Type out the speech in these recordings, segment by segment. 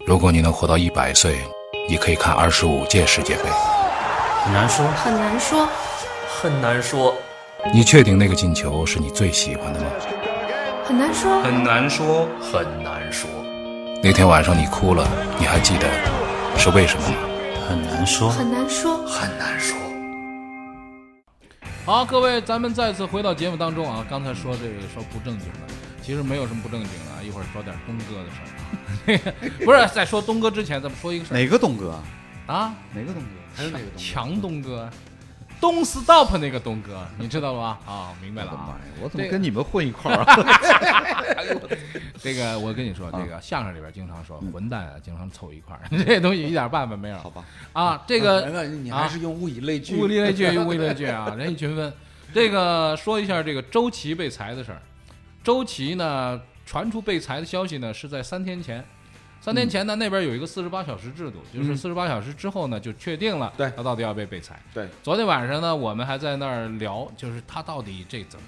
如果你能活到一百岁，你可以看二十五届世界杯。很难说，很难说，很难说，你确定那个进球是你最喜欢的吗？很难说，很难说，很难说，那天晚上你哭了，你还记得是为什么吗？很难说，很难说。很难说。好，各位，咱们再次回到节目当中啊。刚才说这个说不正经的，其实没有什么不正经的啊。一会儿说点东哥的事儿 啊。那个不是在说东哥之前，咱们说一个事哪个东哥？儿啊，哪个东哥？还有哪个东哥？强东哥，东 stop 那个东哥，你知道了吧？啊、明白我了的妈啊。哎呀！我这怎么个跟你们混一块儿啊？ 这个我跟你说，这个相声里边经常说混蛋啊，经常凑一块儿， 这东西一点办法没有。好吧，啊，这个那你啊还是用物以类聚。物以类 聚，物以类聚啊，人以群分。这个说一下这个周琦被裁的事儿。周琦呢，传出被裁的消息呢，是在三天前。三嗯天前呢，那边有一个四十八小时制度，就是四十八小时之后呢，就确定了对他到底要被被裁。对，昨天晚上呢，我们还在那儿聊，就是他到底这怎么，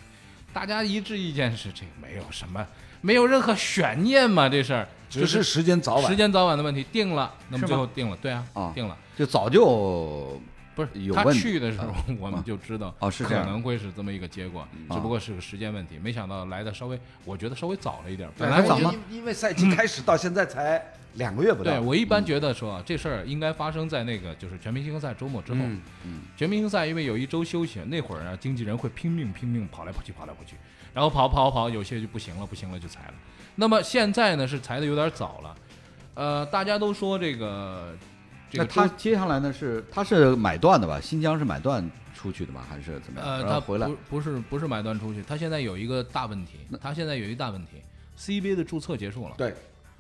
大家一致意见是这没有什么，没有任何悬念嘛，这事儿只是时间早晚。时间早晚的问题，定了，那么是吗最后定了，对啊，啊定了。就早就不是有他问题啊去的时候， 我们就知道哦是可这样嗯啊能会是这么一个结果，只不过是个时间问题。没想到来的稍微，我觉得稍微早了一点。本来还早我吗一因因为赛季开始到现在才两个月不对到。我一嗯般觉得说啊这事儿应该发生在那个就是全明星赛周末之后。嗯全明星赛因为有一周休息，那会儿啊，经纪人会拼命拼命跑来跑去跑来跑去，然后跑跑跑，有些就不行了，不行了就裁了。那么现在呢是裁的有点早了，呃，大家都说这个这那个他周接下来呢是他是买断的吧？新疆是买断出去的吧？还是怎么样？呃，然后他回来不不是不是买断出去，他现在有一个大问题，他现在有一大问题，CBA 的注册结束了对，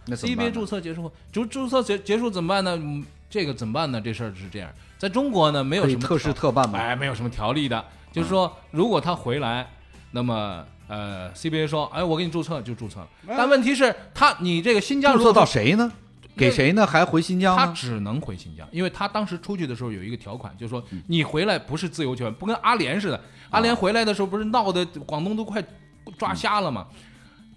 那怎么办，CBA 呢注册结束后，就注册结结束怎么办呢？嗯这个怎么办呢？这事儿是这样，在中国呢没有可什以么特事嗯条特办吗？哎没有什么条例的，就是说如果他回来，那么呃 CBA 说哎我给你注册就注册了，但问题是他你这个新疆注如册果到谁呢？给谁呢？还回新疆他呢？只能回新疆，因为他当时出去的时候有一个条款，就是说你回来不是自由权，不跟阿联似的。阿联回来的时候不是闹得广东都快抓瞎了吗？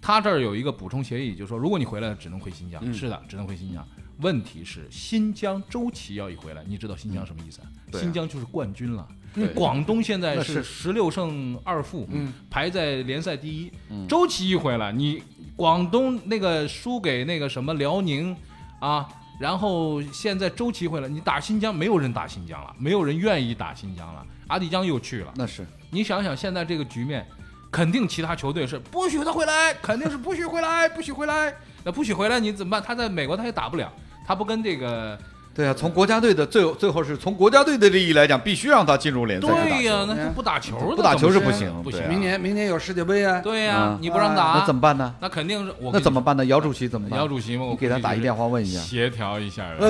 他这儿有一个补充协议，就是说如果你回来只能回新嗯疆，是的，只能回新疆。问题是新疆周琦要一回来，你知道新疆什么意思啊？对啊新疆就是冠军了。对广东现在那是是嗯十六胜二负，排在联赛第一。周琦一回来，你广东那个输给那个什么辽宁啊，然后现在周琦回来，你打新疆没有人打新疆了，没有人愿意打新疆了，阿迪江又去了。那是你想想现在这个局面，肯定其他球队是不许他回来，肯定是不许回来，不许回来。那不许回来你怎么办？他在美国他也打不了，他不跟这个对啊，从国家队的最最后是从国家队的利益来讲，必须让他进入联赛去打球。嗯对呀、那呢他不打球的不打球是怎么不行不对行啊。明年明年有世界杯啊，对呀、啊你不让打，那怎么办呢？那肯定是我。呃那怎么？办呢？姚主席怎么办？姚主席嘛，我你给他打一电话问一下，协调一下。啊呃，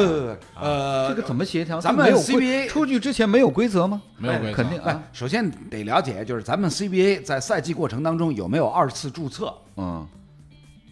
呃呃，这个怎么？么协调？咱们这没有规 CBA 出去之前没有规则吗？没有哎规则哎肯定啊，哎首先得了解，就是咱们 CBA 在赛季过程当中有没有二次注册嗯，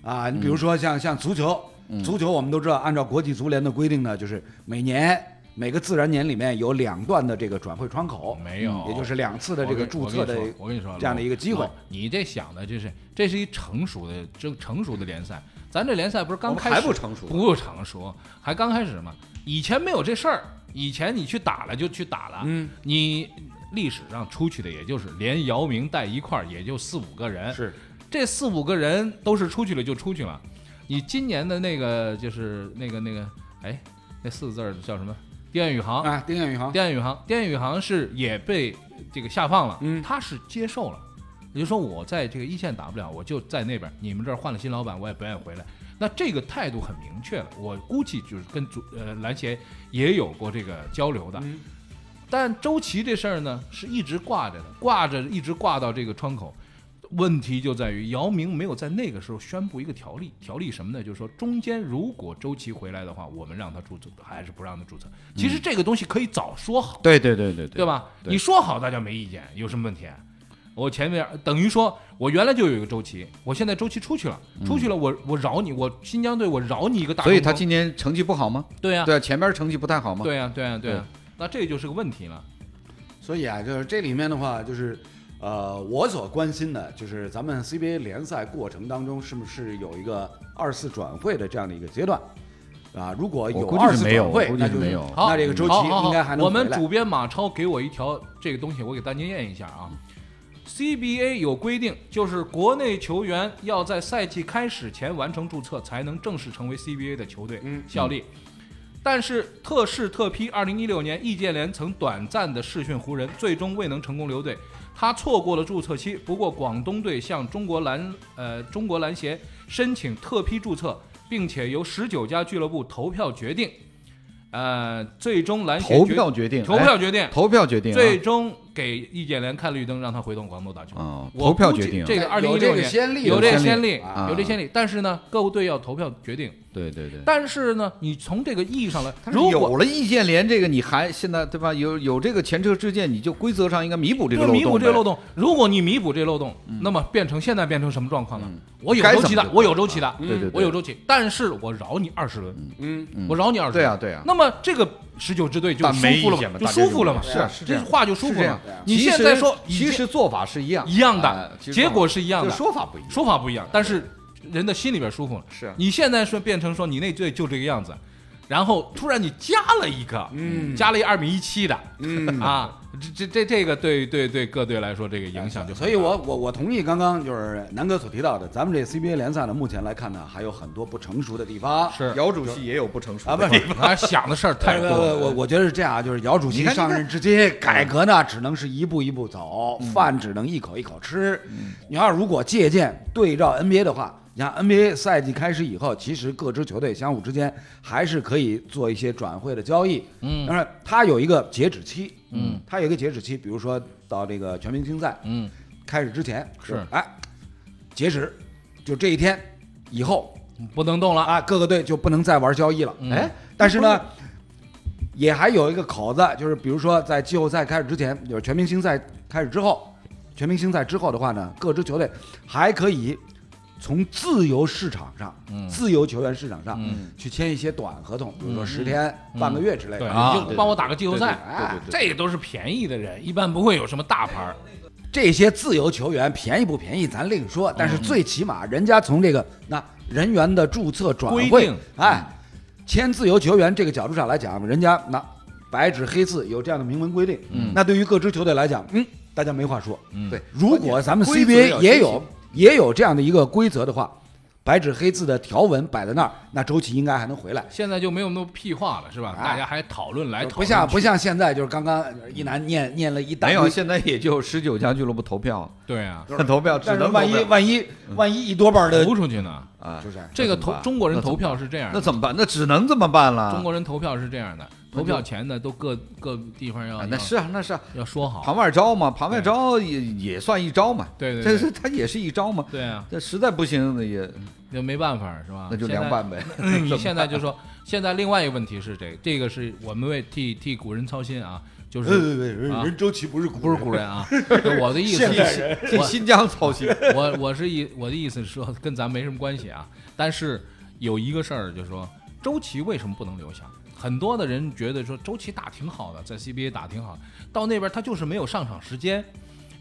啊？你比如说像像足球，嗯足球我们都知道，按照国际足联的规定呢，就是每年每个自然年里面有两段的这个转会窗口，没有也就是两次的这个注册的，我跟你说这样的一个机会。老你这想的就是，这是一成熟的、这成熟的联赛。咱这联赛不是刚我们开始还不成熟不成熟，还刚开始嘛。以前没有这事儿，以前你去打了就去打了，嗯，你历史上出去的也就是连姚明带一块儿也就四五个人，是这四五个人都是出去了就出去了。你今年的那个就是那个那个，哎，那四个字儿叫什么？电宇航啊，丁彦雨航电宇航，电宇航是也被这个下放了，嗯他是接受了，也就是说我在这个一线打不了，我就在那边，你们这儿换了新老板，我也不愿意回来。那这个态度很明确了，我估计就是跟足呃篮协也有过这个交流的。但周琦这事儿呢，是一直挂着的，挂着一直挂到这个窗口。问题就在于姚明没有在那个时候宣布一个条例，条例什么呢？就是说中间如果周琦回来的话，我们让他注册还是不让他注册？其实这个东西可以早说好，对对对对嗯对对？吧？对你说好，大家没意见，有什么问题啊？我前面等于说，我原来就有一个周琦，我现在周琦出去了，出去了我，我饶你，我新疆队我饶你一个大中嗯所锋，以他今年成绩不好吗？对呀、对啊，前边成绩不太好吗？对呀、对呀、啊对呀、那这就是个问题了。所以啊，就是这里面的话，就是呃，我所关心的就是咱们 CBA 联赛过程当中是不是有一个二次转会的这样的一个阶段。啊，如果我有估计二是次没有转会我，估计那是就是没有好，那这个周期好好好应该还能我们回来主编马超给我一条这个东西，我给大家念一下啊。CBA 有规定，就是国内球员要在赛季开始前完成注册，才能正式成为 CBA 的球队嗯效力。但是特试特批，二零一六年易建联曾短暂的试训湖人，最终未能成功留队。他错过了注册期，不过广东队向中国篮呃中国篮协申请特批注册，并且由十九家俱乐部投票决定。呃，最终篮协投决票决定，投票决定，哎投票决定啊，最终给易建联开了绿灯，让他回到广州打球。啊，我投票估决计定啊，这个二零一有这六个年先例有有这个先先例例啊，有这先例，但是呢，各队要投票决定。对对对。但是呢，你从这个意义上来，但是如果有了易建联这个，你还现在对吧？有有这个前车之鉴，你就规则上应该弥补这个对漏洞呗。嗯弥补这个漏洞，如果你弥补这个漏洞，那么变成现在变成什么状况呢？我有该周怎期么的，就嗯我有周期的，嗯对对对我有周期，但是我饶你二十轮，嗯，我饶你二十对轮。啊对啊那么这个十九支队就但舒没服了意见嘛，嘛就大家舒就服了嘛，是啊是这样话就舒是服这了样嘛。你现在说已其经实做法是一样一样哎的，其实结做法果是一样就的，是说法不一样。说法不一样，但是人的心里边舒服了。是啊你现在说变成说你那队就这个样子，然后突然你加了一个，嗯，加了一二米一七的，嗯啊，这这这这个对对对各队来说这个影响就很大所以我我我同意刚刚就是南哥所提到的，咱们这 CBA 联赛呢，目前来看呢，还有很多不成熟的地方。是姚主席也有不成熟啊，不的是。他想的事儿太不多是不是了。我我觉得是这样啊，就是姚主席你看上任至今，改革呢只能是一步一步走，饭只能一口一口吃。你要如果借鉴对照 NBA 的话，你看 NBA 赛季开始以后，其实各支球队相互之间还是可以做一些转会的交易。嗯，但是它有一个截止期，嗯，它有一个截止期，比如说到这个全明星赛，嗯，开始之前是就哎，截止，就这一天以后不能动了啊！啊，各个队就不能再玩交易了。嗯哎，但是呢，也还有一个口子，就是比如说在季后赛开始之前，就是全明星赛开始之后，全明星赛之后的话呢，各支球队还可以从自由市场上、自由球员市场上、嗯去签一些短合同，比如说十天、半个月之类对，的。啊你就帮我打个季后赛，对对对哎这都是便宜的人，一般不会有什么大牌儿。这些自由球员便宜不便宜咱另说，但是最起码人家从这个那人员的注册转规会定，哎，签自由球员这个角度上来讲，人家那白纸黑字有这样的明文规定，嗯，那对于各支球队来讲，嗯，大家没话说，嗯对如果咱们关键规则 CBA 要也清有也有这样的一个规则的话，白纸黑字的条文摆在那儿，那周琦应该还能回来。现在就没有那么屁话了，是吧？哎大家还讨论来讨论不像去不像现在，就是刚刚一楠念念了一大没堆有，现在也就十九家俱乐部投 票，对啊，投票只但是能万一投票万一万一一多半的投出去呢。啊就，是这个投那怎么办中国人投票是这样的那，怎么办？那只能这么办了。中国人投票是这样的，投票前呢都各各地方要啊，那是啊，那是啊，要要说好盘，外招嘛，盘外招也也算一招嘛。对对这对是他也是一招嘛。对啊，这实在不行那也那没办法是吧？那就现在凉拌呗。你嗯现在就说，现在另外一个问题是这个，这个是我们为替替古人操心啊，就是对对对，人啊人周琦不是古不是古人 啊，就我的意思现代是，这新疆操 心，我我我是意我的意思是说跟咱没什么关系啊，但是有一个事儿就是说，周琦为什么不能留下？很多的人觉得说周琦打挺好的，在 CBA 打挺好，到那边他就是没有上场时间，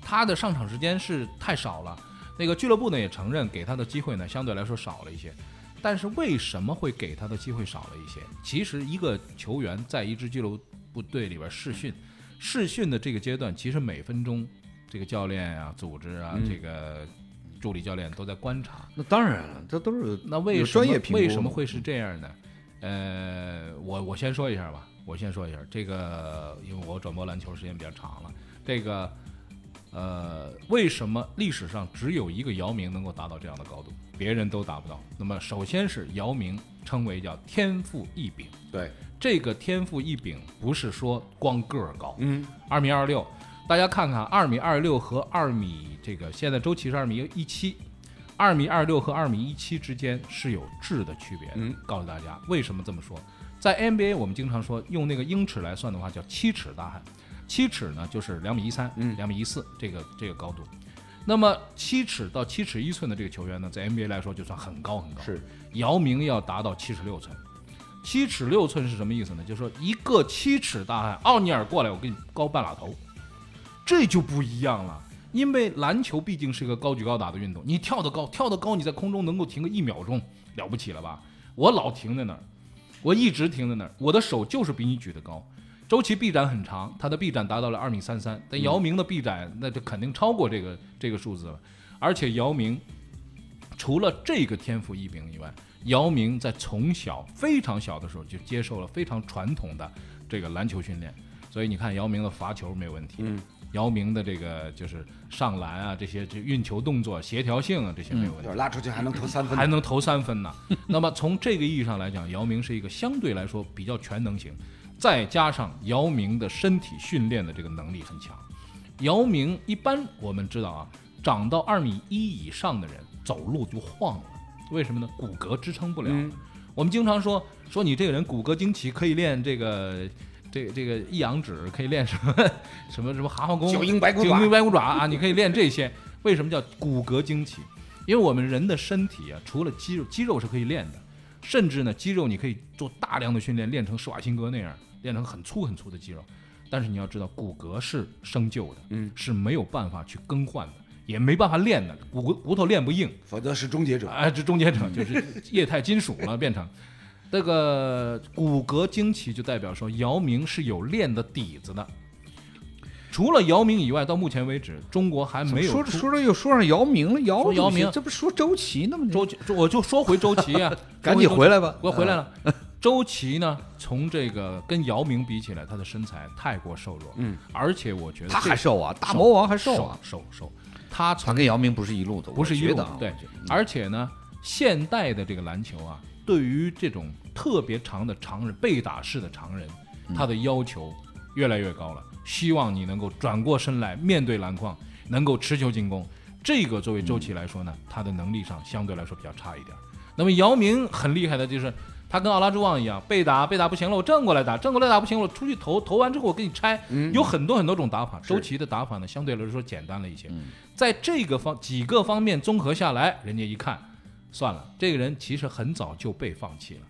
他的上场时间是太少了。那个俱乐部呢也承认给他的机会呢相对来说少了一些，但是为什么会给他的机会少了一些？其实一个球员在一支俱乐部队里边试训，试训的这个阶段，其实每分钟这个教练啊、组织啊、这个助理教练都在观察。那当然了，这都是那为有什么专业评估为什么会是这样呢？呃，我我先说一下吧，我先说一下这个，因为我转播篮球时间比较长了。这个，呃，为什么历史上只有一个姚明能够达到这样的高度，别人都达不到？那么，首先是姚明称为叫天赋异禀，对，这个天赋异禀不是说光个儿高，嗯，二米二六，大家看看二米二六和二米这个现在周琦是二米一七，二米二六和二米一七之间是有质的区别的。嗯告诉大家为什么这么说，在 NBA 我们经常说用那个英尺来算的话叫七尺大汉，七尺呢就是两米一三、嗯两米一四这个这个高度。那么七尺到七尺一寸的这个球员呢，在 NBA 来说就算很高很高。是姚明要达到七尺六寸。七尺六寸是什么意思呢？就是说一个七尺大汉奥尼尔过来，我给你高半拉头，这就不一样了。因为篮球毕竟是一个高举高打的运动，你跳得高，跳得高，你在空中能够停个一秒钟，了不起了吧？我老停在那儿，我一直停在那儿，我的手就是比你举得高。周琦臂展很长，他的臂展达到了二米三三，但姚明的臂展那就肯定超过这个这个数字了。而且姚明除了这个天赋异禀以外，姚明在从小非常小的时候就接受了非常传统的这个篮球训练，所以你看姚明的罚球没问题，姚明的这个就是上篮啊这些这运球动作协调性啊这些没有问题就是。拉出去还能投三分，还能投三分呢。 那么从这个意义上来讲，姚明是一个相对来说比较全能型，再加上姚明的身体训练的这个能力很强。姚明一般我们知道啊，长到二米一以上的人走路就晃了，为什么呢？骨骼支撑不了。嗯我们经常说说你这个人骨骼惊奇，可以练这个。这个这个一阳指可以练什么 什么什么蛤蟆功、九阴白骨爪九阴白骨爪啊，你可以练这些。为什么叫骨骼惊奇？因为我们人的身体啊，除了肌肉，肌肉是可以练的，甚至呢，肌肉你可以做大量的训练，练成施瓦辛格那样，练成很粗很粗的肌肉。但是你要知道，骨骼是生旧的，嗯，是没有办法去更换的，也没办法练的，骨骨头练不硬，否则是终结者。哎，这终结者就是液态金属了，变成这个骨骼惊奇，就代表说姚明是有练的底子的。除了姚明以外，到目前为止，中国还没有说着出说着又说上姚明了，姚说姚明主席这不说周琦呢吗？周琦，我就说回周琦啊， 赶紧说周琦回来吧嗯我回来了。周琦呢，从这个跟姚明比起来，他的身材太过瘦弱，嗯，而且我觉得他这还瘦啊，大魔王还瘦瘦啊，瘦瘦，他从他跟姚明不是一路的，不是一我觉路得的啊，对，而且呢，现代的这个篮球啊，对于这种特别长的常人被打式的常人，嗯他的要求越来越高了，希望你能够转过身来面对篮筐，能够持球进攻。这个作为周琦来说呢，他的能力上相对来说比较差一点儿。那么姚明很厉害的就是，他跟奥拉朱旺一样，被打被打不行了，我正过来打，正过来打不行了，我出去投，投完之后我给你拆，嗯有很多很多种打法。周琦的打法呢，相对来说简单了一嗯些。在这个方几个方面综合下来，人家一看，算了，这个人其实很早就被放弃了，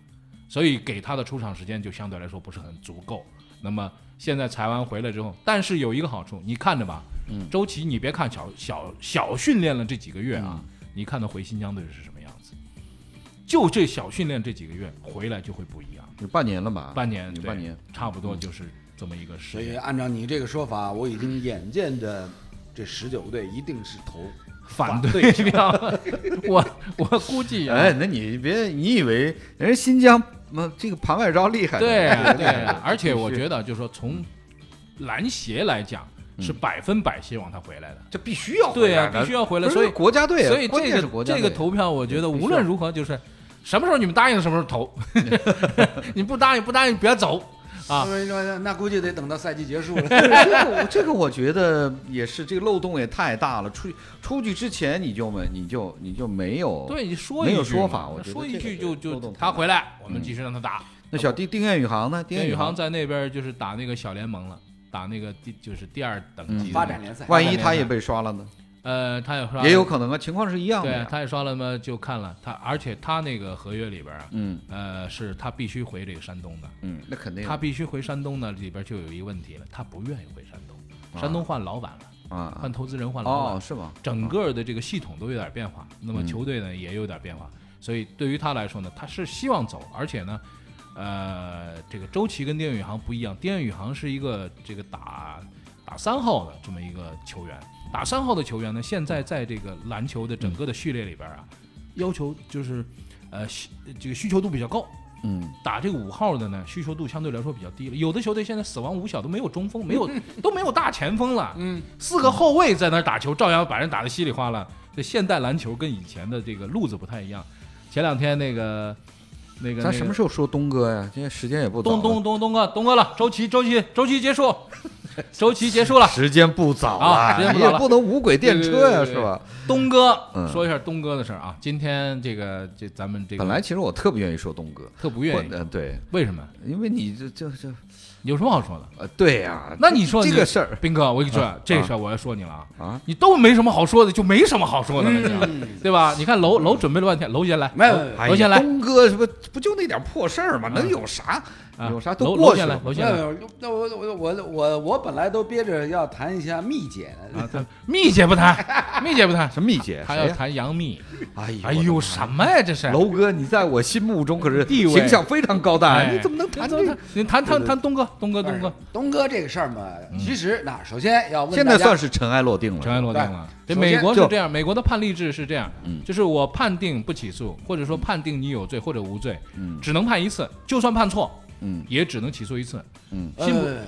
所以给他的出场时间就相对来说不是很足够。那么现在裁完回来之后，但是有一个好处，你看着吧，嗯周琦，你别看小小小训练了这几个月嗯啊，你看他回新疆队是什么样子，就这小训练这几个月回来就会不一样，有半年了吧？半年啊有对半年，差不多就是这么一个时所以间，按照你这个说法，我已经眼见着这十九队一定是投反 对票，我我估计啊，哎，那你别你以为人家新疆那这个嗯盘外招厉害呢？对啊，对厉害啊呢，而且我必须觉得，就是说从篮协来讲，嗯是百分百希望他回来的。这必须哦要对啊回来的必须要回来不是所以国家队啊，所以关键这是国个家这个队投票，我觉得必须无论如何就是什么时候你们答应什么时 候投， 你不答应不答应别走啊因。为说那估计得等到赛季结束了。这 个我这个我觉得也是，这个漏洞也太大了。出去出去之前你就没你就你就没有对，你说一哦没句有说嘛，法我觉得说一这个句是就漏就洞太他大回来，我们继续让他打。那小弟丁彦雨航呢？丁丁彦宇雨航在那边就是打那个小联盟了，打那个第就是第二等嗯级的发展联赛，万一他也被刷了呢？呃，他也说也有可能啊，情况是一样的对，呀。他也刷了嘛，就看了他，而且他那个合约里边啊，嗯呃，是他必须回这个山东的，嗯，那肯定他必须回山东呢，里边就有一个问题了，他不愿意回山东，山东换老板了，啊换投资人换老板哦嗯了，是吗？整个的这个系统都有点变化，那么球队呢也有点变化，所以对于他来说呢，他是希望走，而且呢，呃，这个周琦跟丁宇航不一样，丁宇航是一个这个打打三号的这么一个球员，打三号的球员呢，现在在这个篮球的整个的序列里边啊，要求就是呃需这个需求度比较高，嗯，打这个五号的呢，需求度相对来说比较低了。有的球队现在死亡五小都没有中锋，没有 都没有大前锋了，嗯，四个后卫在那儿打球，照样把人打得稀里哗啦。这现代篮球跟以前的这个路子不太一样。前两天那个那个咱什么时候？候说东哥呀？今天时间也不早东了，东东东哥，东哥了，周琦，周琦，周琦 结束，周琦结束了。时间不早啊时间不你早了也不能无轨 电车呀，对对对对是吧？东哥嗯，说一下东哥的事儿啊。今天这个这咱们这个本来其实我特别愿意说东哥，特不愿意或，呃对，为什么？因为你这这这有什么好说的？呃对呀，那你说这你个事儿斌哥，我跟你说啊，这事儿我要说你了啊。啊，嗯你都没什么好说的，就没什么好说的了，你知道吗对吧？你看楼楼准备了半天，楼先来，嗯没有没有哎楼先来，东哥是不不就那点破事儿吗？能有啥啊有啥楼都楼过去先来了，。楼没先来，有，那我我我我我本来都憋着要谈一下蜜姐哎呢，啊，他蜜姐不谈，蜜姐 不谈，什么蜜姐？她谁要呀谈杨幂。哎呦，哎呦，什么呀？这是楼哥，你在我心目中可是地位形象非常高大，哎你怎么能谈谈这个哎谈？你谈谈谈东哥，东哥，嗯东哥，东哥这个事儿嘛，其实那首先要问现在大家算是尘埃落定了，尘埃落定了。对，首先美国是哎就嗯这样，美国的判例制是这样，就是我判定不起诉，或者说判定你有罪或者无罪，只能判一次，就算判错，嗯也只能起诉一次。信不呃，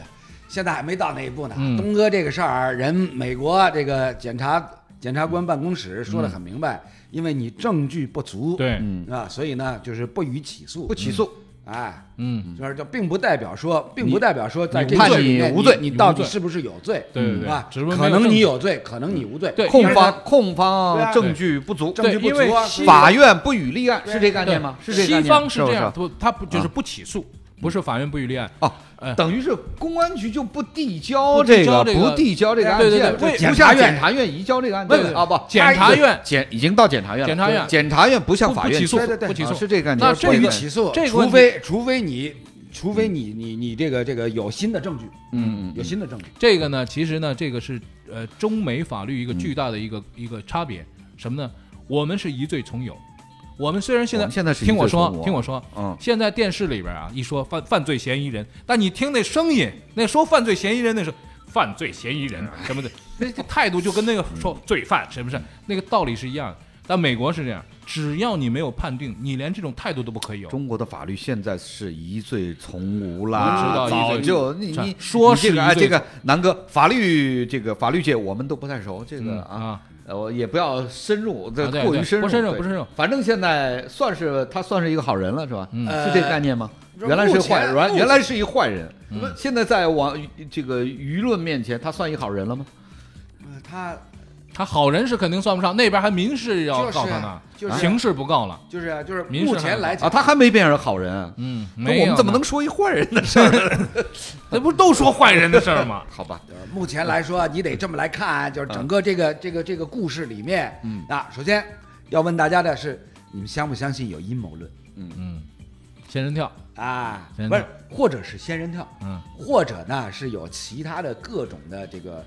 现在还没到那一步呢。嗯东哥这个事儿，人美国这个检察检察官办公室说得很明白，因为你证据不足，嗯对，嗯啊，所以呢就是不予起诉，不起诉。哎，嗯，就是这并不代表说，并不代表说在这个判罪里你面无罪你你到无底罪是不是有罪，对对对啊只不过没有可能证你据有罪，可能你无罪，对因控为方控对方啊证据不足，证据不因为足啊西法院不予立案，是这概对念吗？是这概西念吗方是这样，不不，他不嗯就是不起诉，不是法院不予立案。哦哎，等于是公安局就不递交不递这交个，这个哎不递交这个案对对件，对为就不检察向院检察院移交这个案对件对啊，不，检察院检已经到检察院了，检察院检察院不向不法不院起诉对对对不起啊诉是这个概念。那不这予个起诉，这个除问题非除非你除非你你你这个这个有新的证据，嗯嗯有新的证据。这个呢，其实呢，这个是呃中美法律一个巨大的一个、一个差别，什么呢？我们是疑罪从有。我们虽然现我在们现在是疑罪听我说从无，听我说，嗯现在电视里边啊一说犯犯罪嫌疑人，但你听那声音，那说犯罪嫌疑人那是犯罪嫌疑人嗯什么的，那这态度就跟那个说罪犯是不是那个道理是一样的？但美国是这样，只要你没有判定，你连这种态度都不可以有。中国的法律现在是疑罪从无我啦，知道早疑罪就你是你说你这是个哎疑罪这个南哥，法律这个法律界我们都不太熟，这嗯个啊啊，呃，我也不要深入，这啊对过于对深入，不深入对不深入。嗯反正现在算是他算是一个好人了，是吧？呃是这概念吗？原来是目坏前人，目原前原来是一坏人，嗯现在在网这个舆论面前，他算一好人了吗？呃他他好人是肯定算不上，那边还民事要就是啊告他呢，就是刑事不告了。就是啊就是民事目前来讲啊，他还没变成好人。啊嗯，那没有我们怎么呢能说一坏人的事儿呢？？那不是都说坏人的事儿 吗好吧，就是呃目前来说，你得这么来看，就是整个这个这个这个故事里面，嗯啊，首先要问大家的是，你们相不相信有阴谋论嗯，仙人跳，啊？真不的是，或者是仙人跳，嗯，或者呢是有其他的各种的这个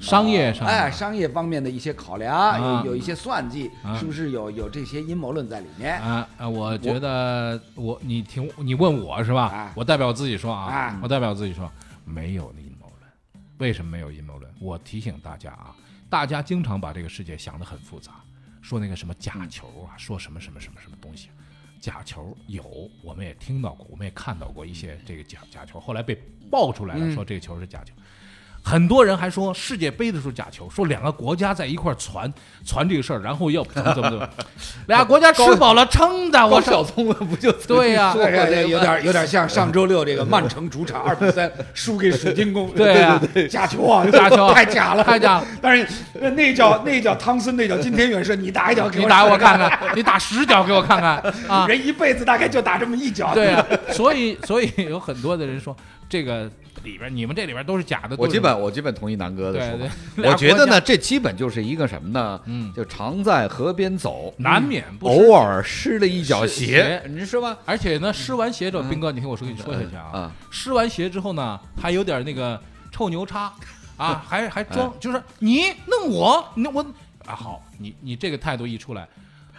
商业上的，哎商业方面的一些考量，啊有有一些算计，啊是不是有有这些阴谋论在里面？啊啊，我觉得我你听你问我是吧啊？我代表我自己说啊啊，我代表我自己说，没有阴谋论。为什么没有阴谋论？我提醒大家啊，大家经常把这个世界想得很复杂，说那个什么假球啊，说什么什么什么什么东西。假球有，我们也听到过，我们也看到过一嗯些这个假假球，后来被爆出来了，说这个球是假球。很多人还说世界杯的时候假球，说两个国家在一块儿传传这个事儿，然后要怎么怎么 怎么，俩国家吃饱了撑的，我高操晓！松了不就对呀、这个有点有点像上周六这个曼城主场二比三输给水晶宫，对 呀假球啊，假球啊太假了，太假。但是那呃那脚那脚汤森那脚今天远射，你打一脚给你打我看看， 看，你打十脚给我看看啊！人一辈子大概就打这么一脚。对 啊，所以所以有很多的人说这个里边你们这里边都是假的， 都我基是本我基本同意南哥的对说对法。，俩我觉得国家呢，这基本就是一个什么呢？嗯就常在河边走，难免不是偶尔湿了一脚是鞋鞋，你说吧？而且呢，湿完鞋之后，斌哥，你听我说，跟你说下去嗯啊啊，湿完鞋之后呢，还有点那个臭牛 叉啊，还还哎装，就是你弄我，你弄我啊，好，你你这个态度一出来，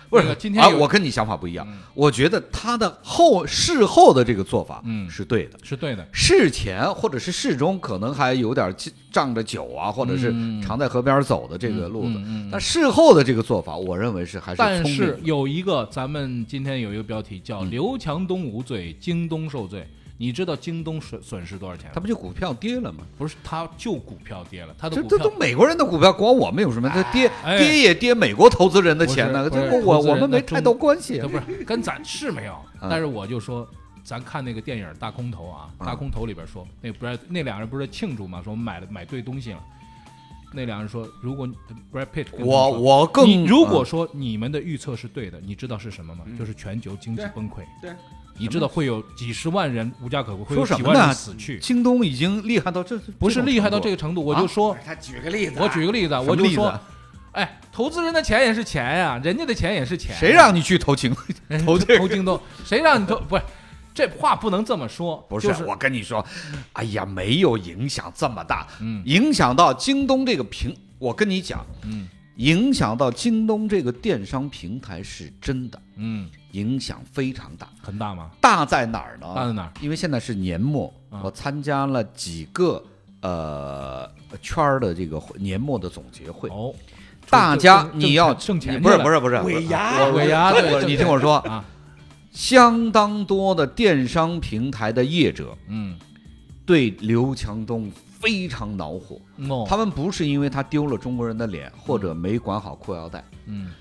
不那是个，今天啊，有我跟你想法不一样嗯。我觉得他的后事后的这个做法，嗯是对的。是对的，事前或者是事中可能还有点仗着酒啊，或者是嗯常在河边走的这个路子，嗯嗯嗯但事后的这个做法，我认为是还是但聪明是的有一个，咱们今天有一个标题叫“刘强东无罪，京东受罪”。你知道京东损损失多少钱吗？他不就股票跌了吗？不是他就股票跌了，他的这股这票都美国人的股票，管我们有什么？这跌哎跌也跌美国投资人的钱呢，不是这不是我投资人我们没那中太多关系这。不是跟咱是没有，嗯但是我就说，咱看那个电影《大空头》啊，《大空头》里边说，那个 Brad 那俩人不是庆祝嘛，说我们买了买对东西了。那俩人说，如果你 Brad Pitt 跟他们我说啊我更嗯啊你如果说你们的预测是对的，你知道是什么吗？就是全球经济嗯对崩溃。对，你知道会有几十万人无家可归，会有说什几么万呢？人死去，京东已经厉害到这，不是厉害到这个个程度。我啊就说，他举个例子啊，我举个例子啊，什么我就例子说啊，哎，投资人的钱也是钱呀、人家的钱也是钱、谁让你去投京？哎投这个投京东？谁让你投？不是，这话不能这么说， 不是，就是我跟你说，哎呀，没有影响这么大，嗯影响到京东这个平，我跟你讲，嗯影响到京东这个电商平台是真的，嗯影响非常大。很大吗？大在哪儿呢？大在哪儿？因为现在是年末，嗯我参加了几个呃圈儿的这个会年末的总结会，哦，大家挣挣你要挣钱你不是去了不是不是尾牙我我尾牙对我挣啊你钱听我说，啊，相当多的电商平台的业者嗯，对刘强东非常恼火，哦，他们不是因为他丢了中国人的脸，或者没管好裤腰带，嗯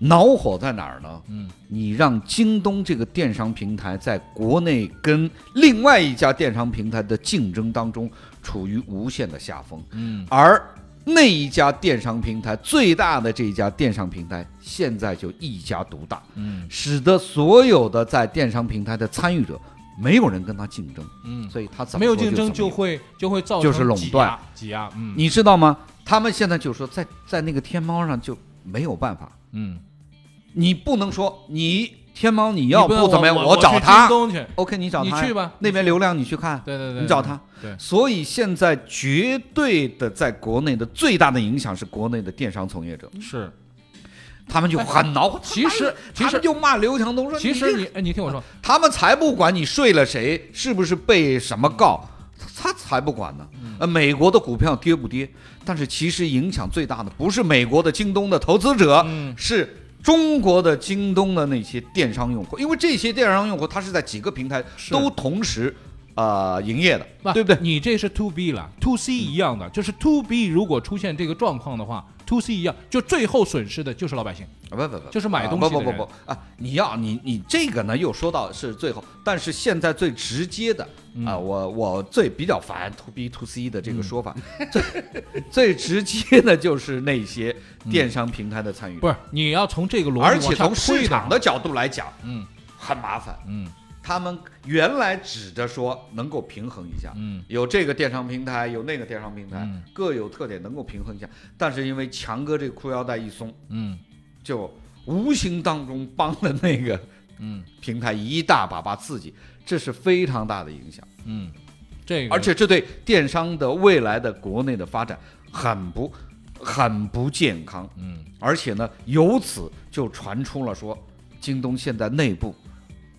恼火在哪儿呢？嗯你让京东这个电商平台在国内跟另外一家电商平台的竞争当中处于无限的下风，嗯而那一家电商平台最大的这一家电商平台现在就一家独大，嗯使得所有的在电商平台的参与者没有人跟他竞争，嗯，所以他怎么没有说竞争就怎么就有会就会造成就是垄断挤压挤压，嗯你知道吗？他们现在就说在在那个天猫上就没有办法，嗯，你不能说你天猫你你要不不怎么样，我我找去京。他东去， OK，你找你他去吧那边流量你去看，对对对，你找他。对，所以现在绝对的，在国内的最大的影响是国内的电商从业者，是。他们就很恼火。哎其实其他们实就骂刘强东说，其实这你哎，你听我说，他们才不管你睡了谁，是不是被什么告，他他才不管呢。嗯呃，美国的股票跌不跌？但是其实影响最大的不是美国的京东的投资者，嗯是中国的京东的那些电商用户，因为这些电商用户他是在几个平台是都同时啊营业的，不对不对？嗯你这是 to B 了，to C 一样的，就是 to B 如果出现这个状况的话，to C 一样，就最后损失的就是老百姓。啊不不不，就是买啊东不西不的不人不啊！你要你你这个呢，又说到是最后，但是现在最直接的嗯啊，我我最比较烦 to B to C 的这个说法，最最 直接的就是那些电商平台的参与者，不是，你要从这个逻辑而且往上从市推场的角度来讲，嗯，很麻烦。嗯他们原来指着说能够平衡一下，嗯有这个电商平台，有那个电商平台，嗯各有特点，能够平衡一下。但是因为强哥这裤腰带一松，嗯就无形当中帮了那个嗯平台一大把把刺激，这是非常大的影响，嗯，这个而且这对电商的未来的国内的发展很不很不健康，嗯而且呢，由此就传出了说，京东现在内部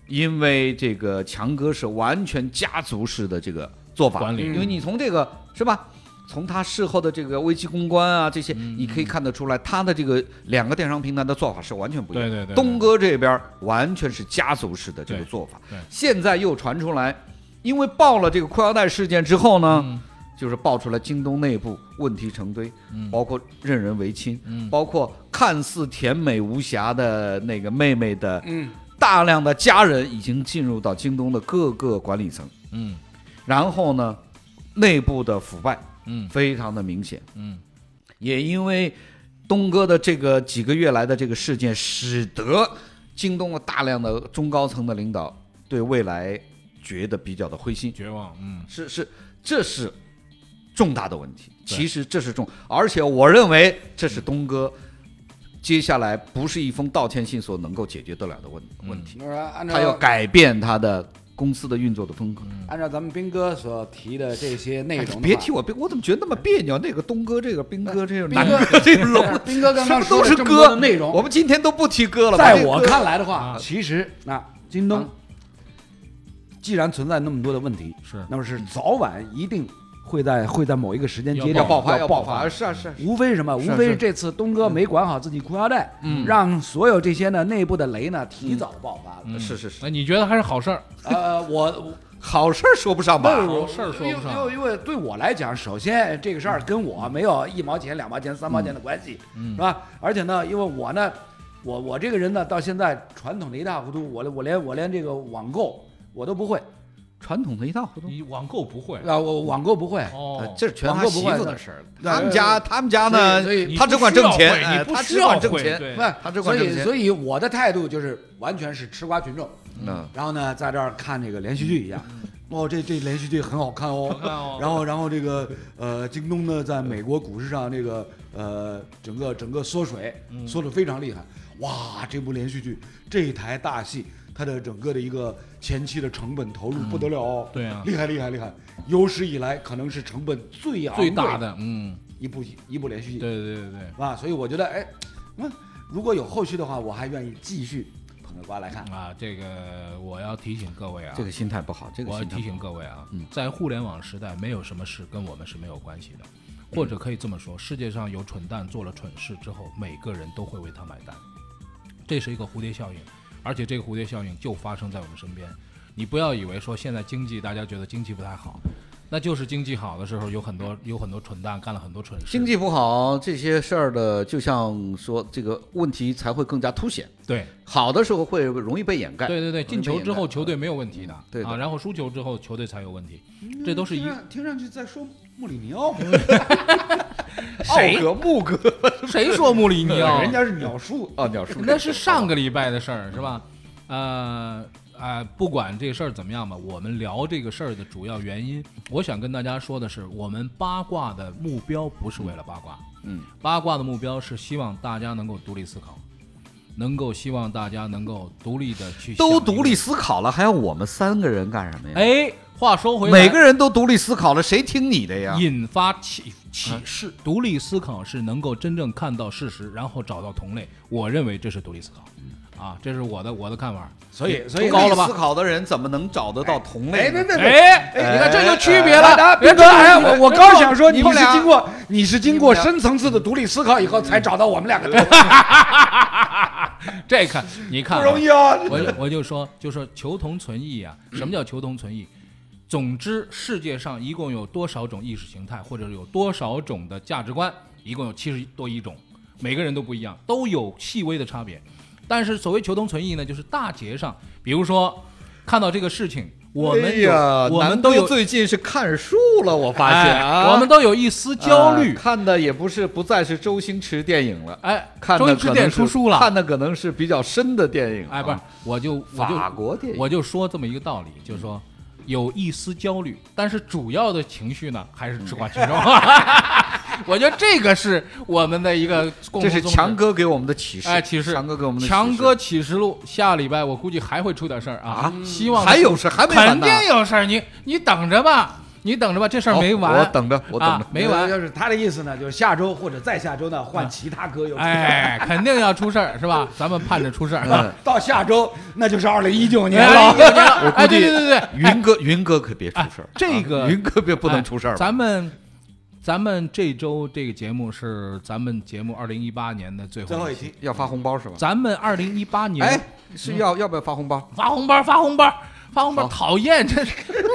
因为这个强哥是完全家族式的这个做法管理因为你从这个是吧？从他事后的这个危机公关啊，这些嗯你可以看得出来，他的这个两个电商平台的做法是完全不一样的。对对对对东哥这边完全是家族式的这个对做法对。现在又传出来，因为爆了这个裤腰带事件之后呢，嗯就是爆出来京东内部问题成堆，嗯包括任人唯亲，嗯包括看似甜美无瑕的那个妹妹的嗯，大量的家人已经进入到京东的各个管理层，嗯然后呢，内部的腐败嗯非常的明显，嗯也因为东哥的这个几个月来的这个事件，使得京东的大量的中高层的领导对未来觉得比较的灰心，绝望嗯是是，这是重大的问题。对其实这是重，而且我认为这是东哥接下来不是一封道歉信所能够解决得了的问嗯问题。就是按照他要改变他的公司的运作的风格。嗯按照咱们斌哥所提的这些内哎容的话，别提我兵，我怎么觉得那么别扭？那个东哥，这个兵哥，这个斌南哥哥， 这个龙，斌哥刚什刚么说都了是这么多哥的内容，我们今天都不提哥了吧。在这个我歌看来的话啊，其实那京东既然存在那么多的问题，是那么是早晚一定会在会在某一个时间节要点爆发，要爆爆发，。是啊是啊，是啊无非是什么？无是非是这次东哥没管好自己裤腰带，让所有这些呢内部的雷呢提早爆发了。嗯是是是那你觉得还是好事儿？呃，我好事儿说不上吧？好事儿说不因为上，因为对我来讲，首先这个事儿跟我没有一毛钱、两毛钱、三毛钱的关系，是吧？而且呢，因为我呢，我我这个人呢，到现在传统的一塌糊涂，我连我连我连这个网购我都不会传统的一套活动，你网购不会啊，我网购不会。呃嗯哦，这是全网他购媳不坏妇的的事儿了。对他们家，他们家呢所以所以，他只管挣钱，哎你不他需只要会你不需要管挣会钱。对不是他只所管挣以钱所以我的态度就是完全是吃瓜群众，嗯，然后呢，在这儿看这个连续剧一样。哦，这这连续剧很好看哦，看哦然后然后这个呃，京东呢，在美国股市上这个呃，整个整个缩水，缩的非常厉害。哇，这部连续剧，这台大戏他的整个的一个前期的成本投入不得了哦，对啊厉害厉害厉害，有史以来可能是成本最昂最贵大的，嗯，一部一部连续剧，对对对对，啊，所以我觉得，哎，那如果有后续的话，我还愿意继续捧着瓜来看。啊，这个我要提醒各位啊，这个心态不好，这个我要心态提不好嗯醒各位啊，在互联网时代，没有什么事跟我们是没有关系的，或者可以这么说，世界上有蠢蛋做了蠢事之后，每个人都会为他买单，这是一个蝴蝶效应，而且这个蝴蝶效应就发生在我们身边。你不要以为说现在经济大家觉得经济不太好，那就是经济好的时候有很多有很多蠢蛋干了很多蠢事。经济不好这些事儿的，就像说这个问题才会更加凸显。对好的时候会容易被掩盖，对对对，进球之后容易被掩盖球 队没有问题的，对的啊，然后输球之后球队才有问题，嗯这都是一听上听上去在说穆里尼奥，奥格穆格谁说穆里尼 奥？人家是鸟叔，啊，鸟叔那是上个礼拜的事儿，是吧？呃啊、不管这事儿怎么样吧，我们聊这个事儿的主要原因，我想跟大家说的是，我们八卦的目标不是为了八卦，嗯，八卦的目标是希望大家能够独立思考，能够希望大家能够独立的去都想一独个立。思考了，还要我们三个人干什么呀？，哎，话说回来，每个人都独立思考了，谁听你的呀？引发启启示，独立思考是能够真正看到事实，然后找到同类。我认为这是独立思考，啊，这是我的我的看法。所以所以高高了吧？思考的人怎么能找得到同类哎，呢别？别别，哎，你看这就区别大了家。别别说，哎，我我刚想说，你你们是俩经过你是经过你们俩深层次的独立思考以后才找到我们两个的，这看，你看不啊，容易啊！ 我就我就说，就说求同存异 啊。什么叫求同存异？总之，世界上一共有多少种意识形态，或者有多少种的价值观？一共有七十多亿种，每个人都不一样，都有细微的差别。但是所谓求同存异呢，就是大节上，比如说看到这个事情，我们哎有、我们都有最近是看书了，我啊哎我们都有一丝焦虑。看的也不是不再是周星驰电影了，哎，看周的星驰可点能是出书了，看的可能是比较深的电影。啊哎，不是，，我就我就法国电影我就说这么一个道理，嗯就是说有一丝焦虑，但是主要的情绪呢还嗯是吃瓜群众。 我觉得这个是我们的一个共同这是宗旨强哥给我们的启示。哎启示，强哥给我们的启示强哥启示录，下礼拜我估计还会出点事儿啊啊，希望还有事还没完肯呢定。有事儿，你你等着吧，你等着吧，这事儿没好完，哦我等着我等啊着没完，呃就是他的意思呢，就是下周或者再下周呢，换其他歌友。，哎，肯定要出事儿是吧？咱们盼着出事儿。嗯到下周那就是二零一九年哎了。有年了，哎，估计对对对对，云哥，云哥可别出事儿哎。这个啊云哥别不能出事儿哎了。咱们咱们这周这个节目是咱们节目二零一八年的最后最后一期。期，要发红包是吧？咱们二零一八年、哎，是要要不要发红包？发红包，发红包，发红包，讨厌，这 是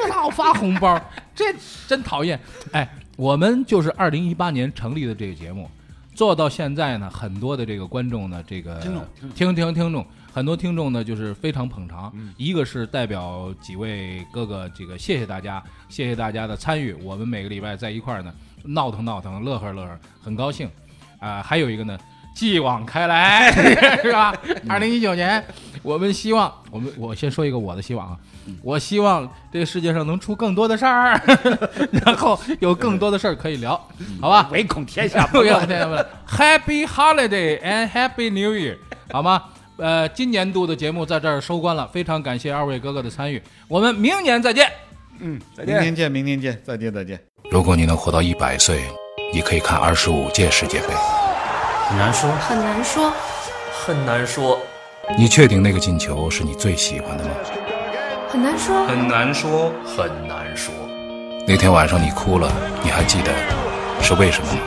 老发红包，这真讨厌。哎，我们就是二零一八年成立的这个节目，做到现在呢，很多的这个观众呢，这个听众嗯听听听众，很多听众呢就是非常捧场。一个是代表几位哥哥，这个谢谢大家，谢谢大家的参与。我们每个礼拜在一块儿呢，闹腾闹腾，乐呵乐呵，很高兴。啊、还有一个呢，继往开来， 是吧？嗯二零一九年，我们希望，我们我先说一个我的希望啊，嗯我希望这个世界上能出更多的事儿， 然后有更多的事儿可以聊，好吧？嗯 唯恐天下 不要这样了 Happy Holiday and Happy New Year，好吗？呃，今年度的节目在这儿收官了，非常感谢二位哥哥的参与，我们明年再见。再明见。天见，明天见，再见，再见。如果你能活到一百岁，你可以看二十五届世界杯。很难说，很难说，很难说，你确定那个进球是你最喜欢的吗？很难说，很难说，很难说，那天晚上你哭了，你还记得是为什么吗？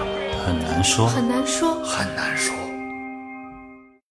很难说，很难说，很难说。